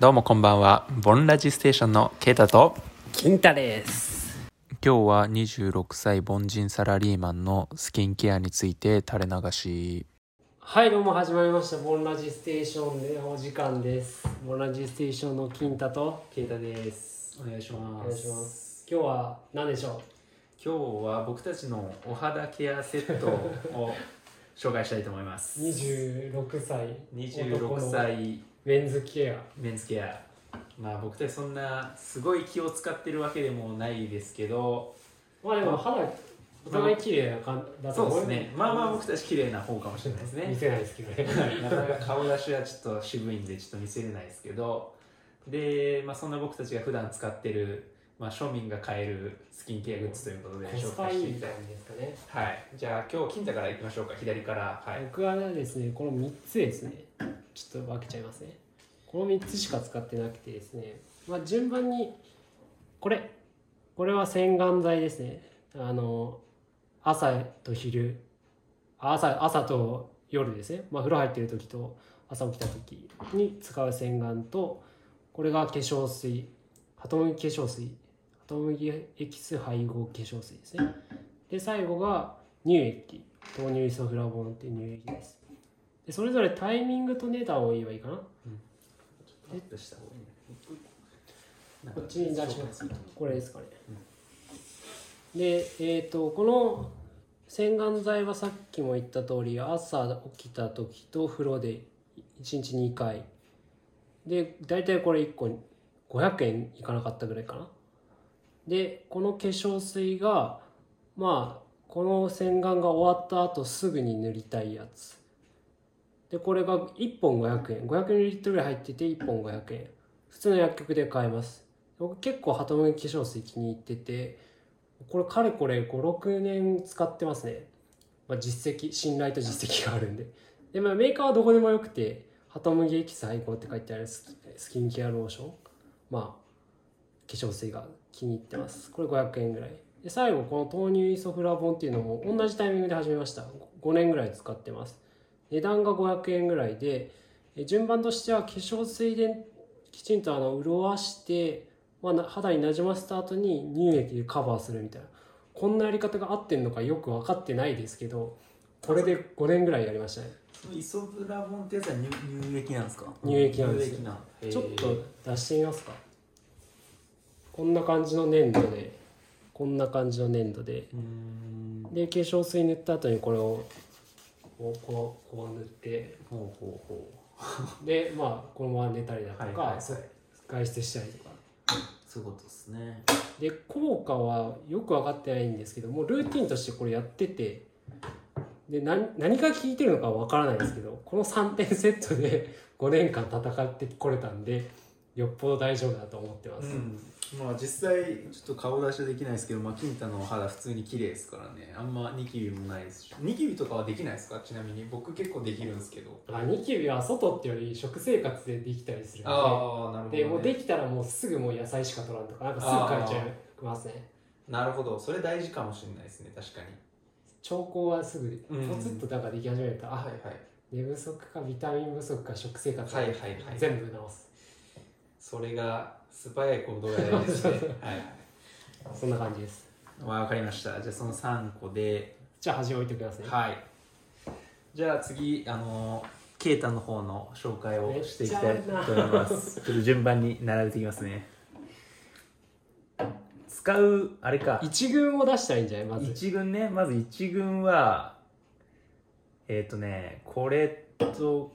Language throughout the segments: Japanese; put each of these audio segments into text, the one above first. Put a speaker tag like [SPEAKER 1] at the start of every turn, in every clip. [SPEAKER 1] どうもこんばんは。ボンラジステーションのケイタと、
[SPEAKER 2] 金太です
[SPEAKER 1] 今日は26歳凡人サラリーマンのスキンケアについて垂れ流し。
[SPEAKER 2] はいどうも始まりましたボンラジステーションでお時間ですボンラジステーションの金太と
[SPEAKER 3] ケイタです。お願いします。
[SPEAKER 2] お願いします今日は何でしょ
[SPEAKER 3] 今日は僕たちのお肌ケアセットを紹介したいと思いま
[SPEAKER 2] う
[SPEAKER 3] す。
[SPEAKER 2] 26歳男
[SPEAKER 3] 26
[SPEAKER 2] の
[SPEAKER 3] 歳
[SPEAKER 2] メンズケア
[SPEAKER 3] メンズケア。まあ僕たちそんなすごい気を使ってるわけでもないですけど、
[SPEAKER 2] まあでも肌お互い綺麗な感じだと
[SPEAKER 3] そう
[SPEAKER 2] 思
[SPEAKER 3] ですね。まあまあ僕たち綺麗な方かもしれないです
[SPEAKER 2] 見
[SPEAKER 3] ね。
[SPEAKER 2] せないですけどね
[SPEAKER 3] なかなか顔出しはちょっと渋いんでちょっと見せれないですけど、で、まあそんな僕たちが普段使ってる、まあ庶民が買えるスキンケアグッズということで
[SPEAKER 2] コス
[SPEAKER 3] 紹
[SPEAKER 2] パ
[SPEAKER 3] 介
[SPEAKER 2] い
[SPEAKER 3] し
[SPEAKER 2] い
[SPEAKER 3] てい
[SPEAKER 2] み
[SPEAKER 3] きた
[SPEAKER 2] た
[SPEAKER 3] い
[SPEAKER 2] いですかね
[SPEAKER 3] はい、じゃあ今日金太からいきましょうか左からはい
[SPEAKER 2] 僕はですねこの3つですねちょっと分けちゃいますねこの3つしか使ってなくてですね、まあ、順番にこれこれは洗顔剤ですねあの朝と昼あ朝朝と夜ですね、まあ、風呂入ってる時と朝起きた時に使う洗顔とこれが化粧水ハトムギ化粧水ハトムギエキス配合化粧水ですねで最後が乳液豆乳イソフラボンっていう乳液ですでそれぞれタイミングと値段を言えばいいかな
[SPEAKER 3] アップした方がいいねなんか
[SPEAKER 2] こっちに出し
[SPEAKER 3] 紹
[SPEAKER 2] ま
[SPEAKER 3] 介
[SPEAKER 2] す
[SPEAKER 3] ると
[SPEAKER 2] これですかね、でえっ、とこの洗顔剤はさっきも言った通り朝起きた時と風呂で1日2回で大体これ1個500円いかなかったぐらいかなでこの化粧水がまあこの洗顔が終わった後すぐに塗りたいやつでこれが1本500円 500ml ぐらい入ってて1本500円普通の薬局で買えます僕結構ハトムギ化粧水気に入っててこれかれこれ56年使ってますね、まあ、実績信頼と実績があるんでで、まあ、メーカーはどこでもよくてハトムギエキス配合って書いてあるスキスキンケアローションまあ化粧水が気に入ってますこれ500円ぐらいで最後この豆乳イソフラボンっていうのも同じタイミングで始めました5年ぐらい使ってます値段が500円ぐらいでえ順番としては化粧水できちんとあの潤わして、まあな、肌になじませた後に乳液でカバーするみたいなこんなやり方が合ってんのかよく分かってないですけどこれで5年ぐらいやりましたね
[SPEAKER 3] そのイソブラボンってやつは乳乳液なんですか
[SPEAKER 2] 乳液なんですよ
[SPEAKER 3] 乳液なんへー
[SPEAKER 2] ちょっと出してみますかこんな感じの粘土でこんな感じの粘土で
[SPEAKER 3] うーん
[SPEAKER 2] で化粧水塗った後にこれをこうこうこう塗って
[SPEAKER 3] ほうほうほ
[SPEAKER 2] でまあこのまま寝たりだ
[SPEAKER 3] うは
[SPEAKER 2] と
[SPEAKER 3] い
[SPEAKER 2] か、
[SPEAKER 3] はいはい
[SPEAKER 2] そ
[SPEAKER 3] そう
[SPEAKER 2] 外出したりとか
[SPEAKER 3] いうことですね
[SPEAKER 2] で効果はよく分かってないんですけどもうルーティンとしてこれやっててで何何が効いてるのかは分からないですけどこの3点セットで 5年間戦ってこれたんでよっぽど大丈夫だと思ってます、
[SPEAKER 3] まあ実際ちょっと顔出しはできないですけど、まあ、金太のお肌普通に綺麗ですからねあんまニキビもないですしニキビとかはできないですかちなみに僕結構できるんですけど
[SPEAKER 2] あニキビは外ってより食生活でできたりするの
[SPEAKER 3] ああなるほど、
[SPEAKER 2] で、でもうできたらもうすぐもう野菜しか取らんとかなんかすぐ変えちゃいますね
[SPEAKER 3] なるほどそれ大事かもしれないですね確かに
[SPEAKER 2] 兆候はすぐ
[SPEAKER 3] うん
[SPEAKER 2] ポツッとなんかでき始めると、
[SPEAKER 3] は
[SPEAKER 2] あ
[SPEAKER 3] いはい
[SPEAKER 2] 寝不足かビタミン不足か食生活か、
[SPEAKER 3] はいはいはい
[SPEAKER 2] 全部直す
[SPEAKER 3] それが素早い行動やりま してはい
[SPEAKER 2] そんな感じです
[SPEAKER 3] わかりましたじゃあその3個で
[SPEAKER 2] じゃあ端を置いてください
[SPEAKER 3] はいじゃあ次あのケイタの方の紹介をしていきたいと思いますちょっと順番に並べていきますね使うあれか
[SPEAKER 2] 一軍を出したらいいんじゃないまず
[SPEAKER 3] 一軍ねまず一軍はえっ、とねこれと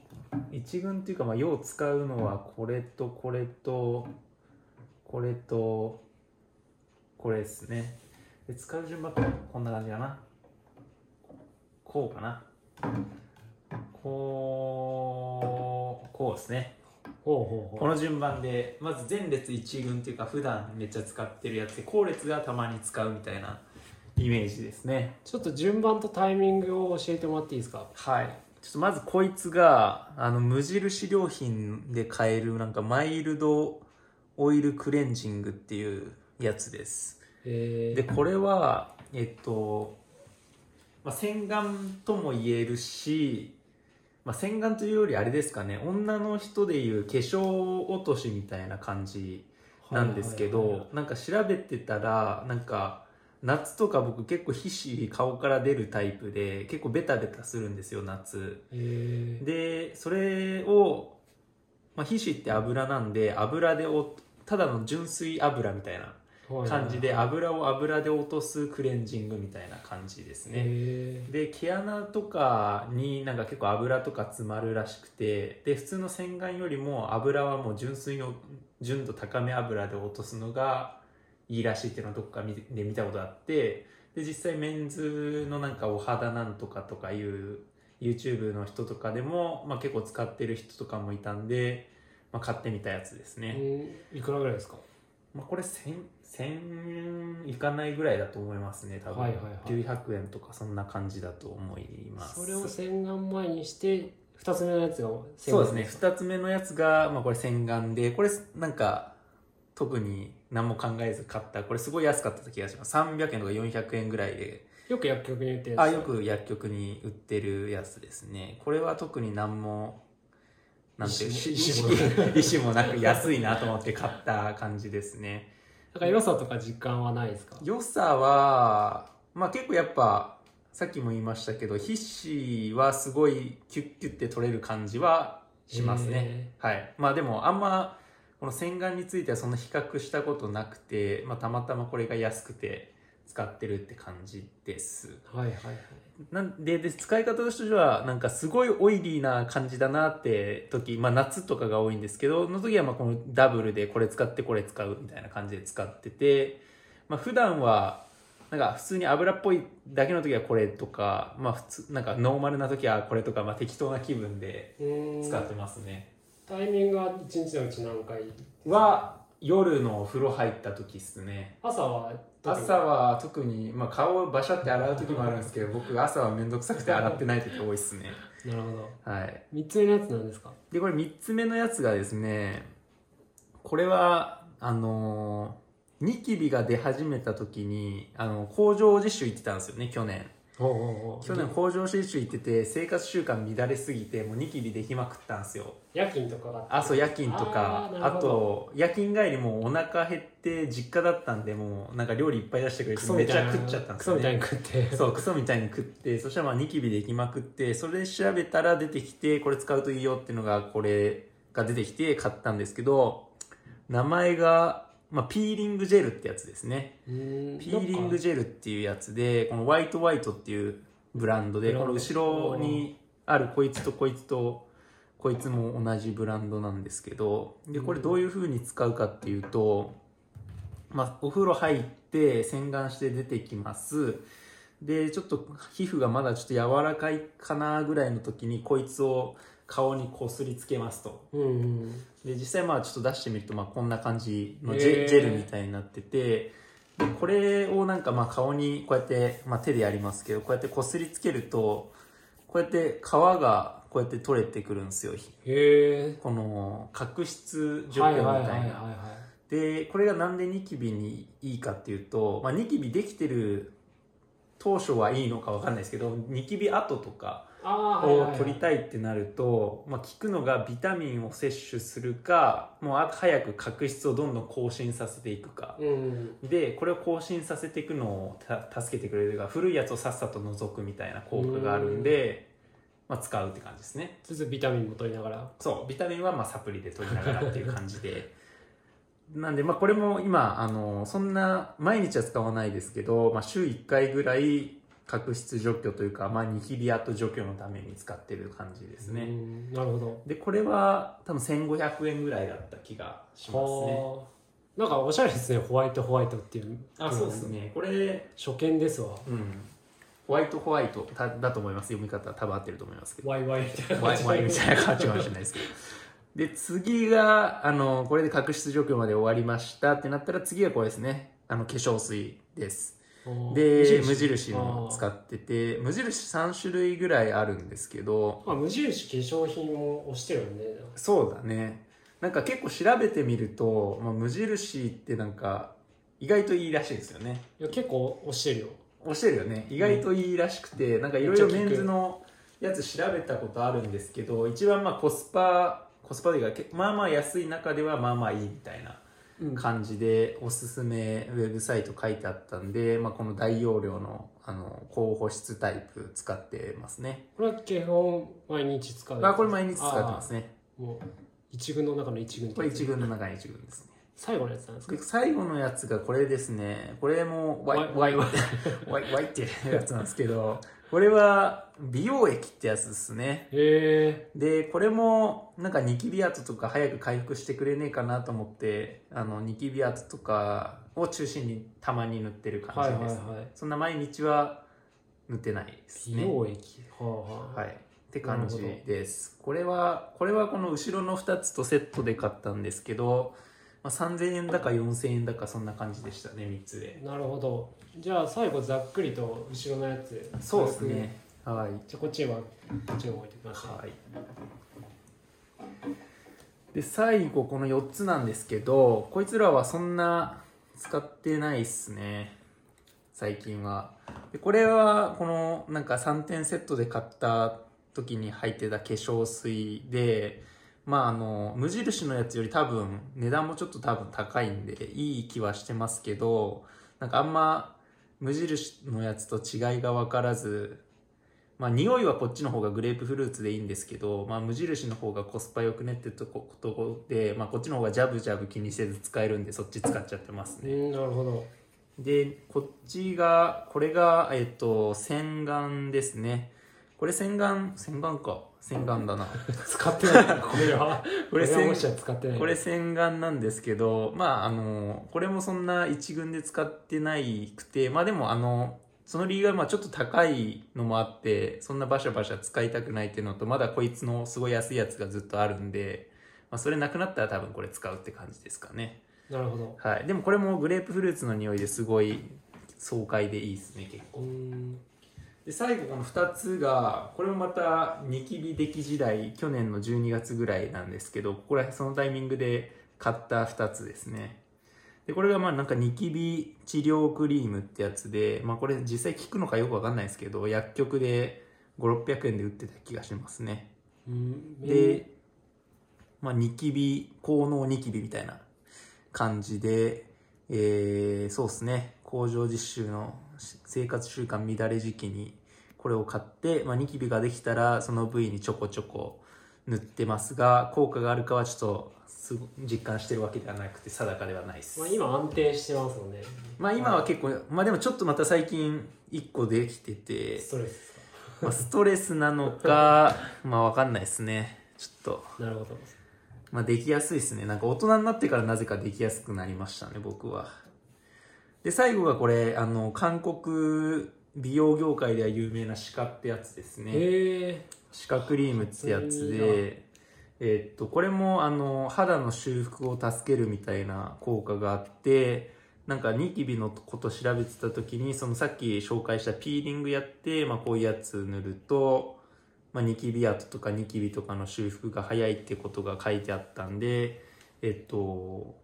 [SPEAKER 3] 一軍っていうかまあよう使うのはこれとこれとこれとこれですねで使う順番こんな感じかなこうかなこうこうですね
[SPEAKER 2] ほうほう
[SPEAKER 3] こ
[SPEAKER 2] ほう
[SPEAKER 3] の順番でまず前列1軍っていうか普段めっちゃ使ってるやつで後列がたまに使うみたいなイメージですね
[SPEAKER 2] ちょっと順番とタイミングを教えてもらっていいですか
[SPEAKER 3] はいちょっとまずこいつがあの無印良品で買えるなんかマイルドオイルクレンジングっていうやつです
[SPEAKER 2] え
[SPEAKER 3] で
[SPEAKER 2] ー、
[SPEAKER 3] これはえっと、まあ、洗顔とも言えるし、ままあ、洗顔というよりあれですかね女の人でいう化粧落としみたいな感じなんですけど、
[SPEAKER 2] はいはいはい
[SPEAKER 3] なんか調べてたらなんか夏とか僕結構皮脂顔から出るタイプで結構ベタベタするんですよ夏
[SPEAKER 2] えー
[SPEAKER 3] でそれを、まあ、皮脂って油なんで油でおただの純粋油みたいな
[SPEAKER 2] はいはい
[SPEAKER 3] 感じで油を油で落とすクレンジングみたいな感じですね、
[SPEAKER 2] え
[SPEAKER 3] で毛穴とかになんか結構油とか詰まるらしくてで普通の洗顔よりも油はもう純粋の純度高め油で落とすのがいいらしいっていうのをどっか見てで見たことあってで実際メンズのなんかお肌なんとかとかいう YouTube の人とかでも、まあ、結構使ってる人とかもいたんで、まあ、買ってみたやつですね、
[SPEAKER 2] ーうんいくらぐらいですか
[SPEAKER 3] まあ、これ1000 1000いかないぐらいだと思いますね多分、
[SPEAKER 2] はいはいはい
[SPEAKER 3] 900円とかそんな感じだと思います
[SPEAKER 2] それを洗顔前にして2つ目のやつが洗
[SPEAKER 3] そう
[SPEAKER 2] 顔
[SPEAKER 3] ですね2つ目のやつが、まあ、これ洗顔でこれなんか特に何も考えず買ったこれすごい安かった気がします300円とか400円ぐらいで
[SPEAKER 2] よく薬局に売ってるやつ
[SPEAKER 3] あよく薬局に売ってるやつですねこれは特に何もなんていう意
[SPEAKER 2] 石も
[SPEAKER 3] 思意思もなく安いなと思って買った感じですね
[SPEAKER 2] だから良さとか実感はないですか
[SPEAKER 3] 良さは、まあ、結構やっぱさっきも言いましたけど皮脂はすごいキュッキュッて取れる感じはしますね、はいまあでもあんまこの洗顔についてはそんな比較したことなくて、まあ、たまたまこれが安くて使ってるって感じです
[SPEAKER 2] はいはいはい
[SPEAKER 3] なんでで使い方としてはなんかすごいオイリーな感じだなって時、まあ、夏とかが多いんですけどの時はまあこのダブルでこれ使ってこれ使うみたいな感じで使ってて、まあ普段はなんか普通に油っぽいだけの時はこれとか,、まあ、普通なんかノーマルな時はこれとか、まあ、適当な気分で
[SPEAKER 2] うーん
[SPEAKER 3] 使ってますね。
[SPEAKER 2] タイミングは1日のうち何回
[SPEAKER 3] は夜のお風呂入った時ですね。
[SPEAKER 2] 朝は
[SPEAKER 3] 朝は特に、まあ、顔をバシャって洗う時もあるんですけど僕朝は面倒くさくて洗ってない時多いですね。
[SPEAKER 2] なるほど
[SPEAKER 3] はい
[SPEAKER 2] 3つ目のやつなんですか
[SPEAKER 3] で、これ3つ目のやつがですね、これは、あのーニキビが出始めた時に、あの、工場実習行ってたんですよね、去年。
[SPEAKER 2] おうおうおう
[SPEAKER 3] 去年工場実習行ってて、生活習慣乱れすぎて、もうニキビできまくったんですよ。
[SPEAKER 2] 夜勤とかが
[SPEAKER 3] あ、そう、夜勤とか
[SPEAKER 2] あ、ーな
[SPEAKER 3] あ
[SPEAKER 2] るほ
[SPEAKER 3] と、夜勤帰りもうお腹減って、実家だったんで、もうなんか料理いっぱい出してくれ
[SPEAKER 2] ク
[SPEAKER 3] て、
[SPEAKER 2] ソ
[SPEAKER 3] め
[SPEAKER 2] み
[SPEAKER 3] ち
[SPEAKER 2] たい
[SPEAKER 3] ゃ
[SPEAKER 2] な
[SPEAKER 3] 食っちゃったんです
[SPEAKER 2] クソ
[SPEAKER 3] よ
[SPEAKER 2] みたい
[SPEAKER 3] ね
[SPEAKER 2] に。食っ て
[SPEAKER 3] そうクソみたいに食ってそしたらまあニキビできまくってそれで調べたら出てきてこれ使うといいよっていうのがこれが出てきて買ったんですけど名前が、まあ、ピーリングジェルってやつですね
[SPEAKER 2] うーん
[SPEAKER 3] ピーリングジェルっていうやつでこのホワイトホワイトっていうブランドで
[SPEAKER 2] ブラ
[SPEAKER 3] こ
[SPEAKER 2] ンド
[SPEAKER 3] の後ろにあるこいつとこいつとこいつも同じブランドなんですけどでこれどういう風に使うかっていうと、まあ、お風呂入って洗顔して出てきますでちょっと皮膚がまだちょっと柔らかいかなぐらいの時にこいつを顔にこすりつけますと
[SPEAKER 2] うんうん
[SPEAKER 3] で実際まあちょっと出してみるとまあこんな感じのジ
[SPEAKER 2] へー
[SPEAKER 3] ェジェルみたいになっててでこれをなんかまあ顔にこうやって、まあ、手でやりますけどこうやってこすりつけるとこうやって皮がこうやって取れてくるんですよ
[SPEAKER 2] へ
[SPEAKER 3] この角質除去
[SPEAKER 2] は
[SPEAKER 3] みた
[SPEAKER 2] い
[SPEAKER 3] いな、
[SPEAKER 2] はいはいはいは
[SPEAKER 3] でこれがなんでニキビにいいかっていうと、まあ、ニキビできてる当初はいいのかわかんないですけどニキビ跡とか
[SPEAKER 2] いああーはいは
[SPEAKER 3] を
[SPEAKER 2] いはい
[SPEAKER 3] 取りたいってなると、まあ、効くのがビタミンを摂取するかもうあ早く角質をどんどん更新させていくか
[SPEAKER 2] うん
[SPEAKER 3] でこれを更新させていくのをた助けてくれるが古いやつをさっさと除くみたいな効果があるんで、まあ、使うって感じですね
[SPEAKER 2] つつビタミンも取りながら
[SPEAKER 3] そうビタミンはまあサプリで取りながらっていう感じで なんでまあこれも今あのそんな毎日は使わないですけど、まあ、週1回ぐらい角質除去というか、まあ、ニキビ跡除去のために使ってる感じですね、
[SPEAKER 2] うんなるほど
[SPEAKER 3] でこれは多分1500円ぐらいだった気がしますね
[SPEAKER 2] はあなんかおしゃれですねホワイトホワイトっていう
[SPEAKER 3] ねこれ、
[SPEAKER 2] 初見ですわ
[SPEAKER 3] うん、ホワイトホワイトだだと思います読み方多分合ってると思いますけど
[SPEAKER 2] ワイワイみたいな
[SPEAKER 3] ホワイホワイみ たいな感じかもしれないですけどで次があのこれで角質除去まで終わりましたってなったら次はこれですねあの化粧水ですで無印も使
[SPEAKER 2] っ
[SPEAKER 3] ってて無印3種類ぐらいあるんですけど
[SPEAKER 2] あ無印化粧品も推してるよね
[SPEAKER 3] そうだねなんか結構調べてみると、まあ、無印ってなんか意外といいらしいんですよね
[SPEAKER 2] いや結構推してるよ
[SPEAKER 3] おっしゃるよね意外といいらしくて、なんかいろいろメンズのやつ調べたことあるんですけど一番まあコスパコスパというかけまあまあ安い中ではまあまあいいみたいな
[SPEAKER 2] うん
[SPEAKER 3] 感じでおすすめウェブサイト書いてあったんで、まあ、この大容量のあの高保湿タイプ使ってますね
[SPEAKER 2] これは基本毎日使うやつ
[SPEAKER 3] あこれ毎日使ってますね
[SPEAKER 2] あーもう一軍の中の一軍
[SPEAKER 3] これ一
[SPEAKER 2] 軍
[SPEAKER 3] 軍の中に一軍ですね
[SPEAKER 2] 最後のやつなんですか
[SPEAKER 3] で最後のやつがこれですねこれもワイワイワイワイワイっていうやつなんですけどこれは美容液ってやつですね
[SPEAKER 2] へ
[SPEAKER 3] でこれもなんかニキビ跡とか早く回復してくれねえかなと思ってあのニキビ跡とかを中心にたまに塗ってる
[SPEAKER 2] え
[SPEAKER 3] 感
[SPEAKER 2] はい
[SPEAKER 3] じ
[SPEAKER 2] はい
[SPEAKER 3] です、
[SPEAKER 2] はい
[SPEAKER 3] そんな毎日は塗ってないです
[SPEAKER 2] 美
[SPEAKER 3] ね
[SPEAKER 2] 容液、はあ
[SPEAKER 3] は
[SPEAKER 2] はい
[SPEAKER 3] って感じですこれはこれはこの後ろの2つとセットで買ったんですけど、まあ、3000円だか4000円だかそんな感じでしたね3つで
[SPEAKER 2] い、なるほどじゃあ最後ざっくりと後ろのやつ
[SPEAKER 3] そうですねはい
[SPEAKER 2] じゃあこっちはこっちを置いてください、
[SPEAKER 3] はい、で最後この4つなんですけどこいつらはそんな使ってないっすね最近はでこれはこのなんか3点セットで買った時に入ってた化粧水でまああの無印のやつより多分値段もちょっと多分高いんでいい気はしてますけどなんかあんま無印のやつと違いが分からずまあ匂いはこっちの方がグレープフルーツでいいんですけど、まあ、無印の方がコスパよくねってとことこで、まあ、こっちの方がジャブジャブ気にせず使えるんでそっち使っちゃってますね
[SPEAKER 2] うんなるほど
[SPEAKER 3] でこっちがこれがえっと洗顔ですねこれ洗顔洗顔か洗顔 だな
[SPEAKER 2] 使ってないなこれは
[SPEAKER 3] これ
[SPEAKER 2] は
[SPEAKER 3] 洗
[SPEAKER 2] もしや使ってない
[SPEAKER 3] これ洗顔なんですけどまああのこれもそんな一軍で使ってないくてまあでもあのその理由はまあちょっと高いのもあってそんなバシャバシャ使いたくないっていうのとまだこいつのすごい安いやつがずっとあるんで、まあ、それなくなったら多分これ使うって感じですかね
[SPEAKER 2] なるほど
[SPEAKER 3] はいでもこれもグレープフルーツの匂いですごい爽快でいいですね結構
[SPEAKER 2] うん
[SPEAKER 3] で最後この2つがこれもまたニキビ出来時代去年の12月ぐらいなんですけどここらそのタイミングで買った2つですねでこれがまあなんかニキビ治療クリームってやつで、まあ、これ実際効くのかよくわかんないですけど薬局で5600円で売ってた気がしますね
[SPEAKER 2] うん
[SPEAKER 3] で、まあ、ニキビ効能ニキビみたいな感じで、えーそうですね工場実習のし生活習慣乱れ時期にこれを買って、まあ、ニキビができたらその部位にちょこちょこ塗ってますが効果があるかはちょっとすご実感してるわけではなくて定かではないです、
[SPEAKER 2] まあ、今安定してますもんね
[SPEAKER 3] まあ今は結構まあでもちょっとまた最近1個できてて
[SPEAKER 2] ス、トレスですか
[SPEAKER 3] まあ、ストレスなの かまあわかんないですねちょっと
[SPEAKER 2] なるほど
[SPEAKER 3] まあ、できやすいですね。なんか大人になってからなぜかできやすくなりましたね、僕は。で、最後がこれ、あの、韓国美容業界では有名なシカってやつですね。
[SPEAKER 2] へえ
[SPEAKER 3] シカクリームってやつ
[SPEAKER 2] それいい
[SPEAKER 3] で、えっと、これも、あの、肌の修復を助けるみたいな効果があって、なんかニキビのこと調べてた時に、そのさっき紹介したピーリングやって、まあこういうやつ塗ると、まあ、ニキビ跡とかニキビとかの修復が早いってことが書いてあったんでえっと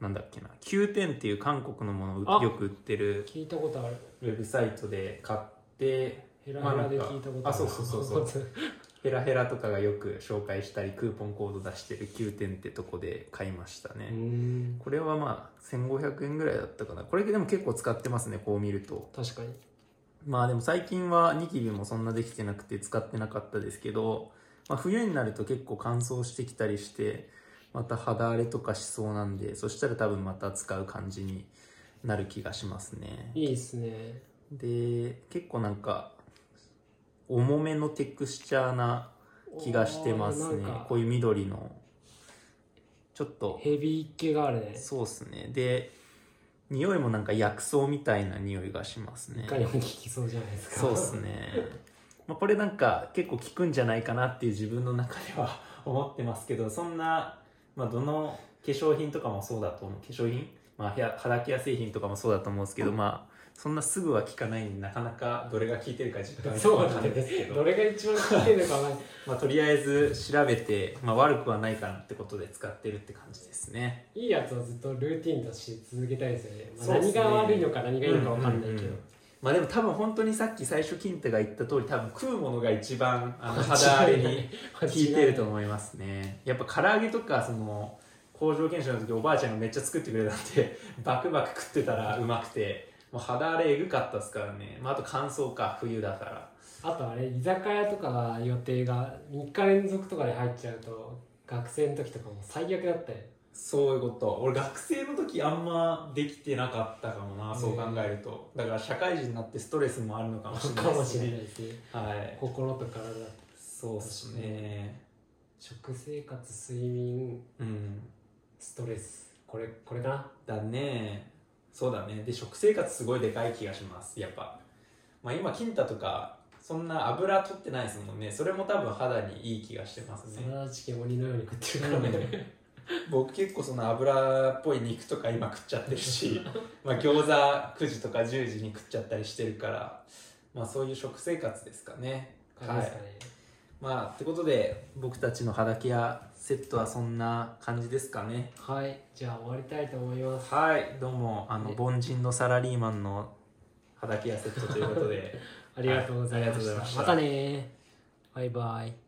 [SPEAKER 3] なんだっけな9点っていう韓国のものを
[SPEAKER 2] あ
[SPEAKER 3] よく売ってる
[SPEAKER 2] 聞いたことある
[SPEAKER 3] ウェブサイトで買って
[SPEAKER 2] ヘラヘラで
[SPEAKER 3] まあなんか
[SPEAKER 2] 聞いたことある
[SPEAKER 3] あそうそうそうそうヘラヘラとかがよく紹介したりクーポンコード出してる9点ってとこで買いましたね、
[SPEAKER 2] うん
[SPEAKER 3] これはまあ1500円ぐらいだったかなこれでも結構使ってますねこう見ると
[SPEAKER 2] 確かに
[SPEAKER 3] まあでも最近はニキビもそんなできてなくて使ってなかったですけど、まあ、冬になると結構乾燥してきたりしてまた肌荒れとかしそうなんでそしたら多分また使う感じになる気がしますね
[SPEAKER 2] いいですね
[SPEAKER 3] で結構なんか重めのテクスチャーな気がしてますね
[SPEAKER 2] おーなんか
[SPEAKER 3] こういう緑のちょっと
[SPEAKER 2] ヘビー系があるね
[SPEAKER 3] そうっすねで匂いもなんか薬草みたいな匂いがしますね
[SPEAKER 2] いかにも効きそうじゃないですか
[SPEAKER 3] そうですね。まあ、これなんか結構効くんじゃないかなっていう自分の中では 思ってますけど、そんな、まあ、どの化粧品とかもそうだと思う。化粧品まあ、部屋肌ケア製品とかもそうだと思うんですけど、まあ、そんなすぐは効かないんで、なかなかどれが効いてるか実感
[SPEAKER 2] そう
[SPEAKER 3] わ
[SPEAKER 2] な
[SPEAKER 3] か
[SPEAKER 2] ん
[SPEAKER 3] んない
[SPEAKER 2] で
[SPEAKER 3] ですす
[SPEAKER 2] け
[SPEAKER 3] け
[SPEAKER 2] どど
[SPEAKER 3] ど、
[SPEAKER 2] れが一番効いてるかわかんない
[SPEAKER 3] まあ、とりあえず調べて、まあ、悪くはないかなってことで使ってるって感じですね。
[SPEAKER 2] いいやつはずっとルーティンとして続けたいですよね,、まあ、
[SPEAKER 3] そうっす
[SPEAKER 2] 何
[SPEAKER 3] ね
[SPEAKER 2] が悪いのか何がいいのか分かんないけど、
[SPEAKER 3] うんうんうんまあでも多分本当にさっき最初金太が言った通り多分食うものが一番あの肌荒れに効いてると思いますねやっぱ唐揚げとかその工場研修の時おばあちゃんがめっちゃ作ってくれたんで バクバク食ってたらうまくてもう肌荒れえぐかったですからね、まあ、あと乾燥か冬だから
[SPEAKER 2] あとあれ居酒屋とかが予定が3日連続とかで入っちゃうと学生の時とかも最悪だったよ
[SPEAKER 3] そういうこと俺学生の時あんまできてなかったかもなそう考えるとだから社会人になってストレスもあるのかもしれな
[SPEAKER 2] か
[SPEAKER 3] いで
[SPEAKER 2] も
[SPEAKER 3] す
[SPEAKER 2] しれない
[SPEAKER 3] ね
[SPEAKER 2] ですね
[SPEAKER 3] はい
[SPEAKER 2] 心と体と
[SPEAKER 3] そうですね
[SPEAKER 2] 食生活睡眠
[SPEAKER 3] うん
[SPEAKER 2] ストレスこれこれかな
[SPEAKER 3] だねそうだねで食生活すごいでかい気がしますやっぱまあ今金太とかそんな油取ってないですもんねそれも多分肌にいい気がしてます
[SPEAKER 2] サ
[SPEAKER 3] ね
[SPEAKER 2] ラダチキン鬼のように食ってるからね
[SPEAKER 3] 僕結構その油っぽい肉とか今食っちゃってる しまあ餃子9時とか10時に食っちゃったりしてるからまあそういう食生活ですかね
[SPEAKER 2] 感じですかね
[SPEAKER 3] まあってことで僕たちの肌ケアセットはそんな感じですかね
[SPEAKER 2] はい、じゃあ終わりたいと思います
[SPEAKER 3] はいどうもあの
[SPEAKER 2] ね
[SPEAKER 3] 凡人のサラリーマンの肌ケアセットということで
[SPEAKER 2] ありがとうござい
[SPEAKER 3] はいあり
[SPEAKER 2] ました,、
[SPEAKER 3] がとうございました
[SPEAKER 2] またねバイバイ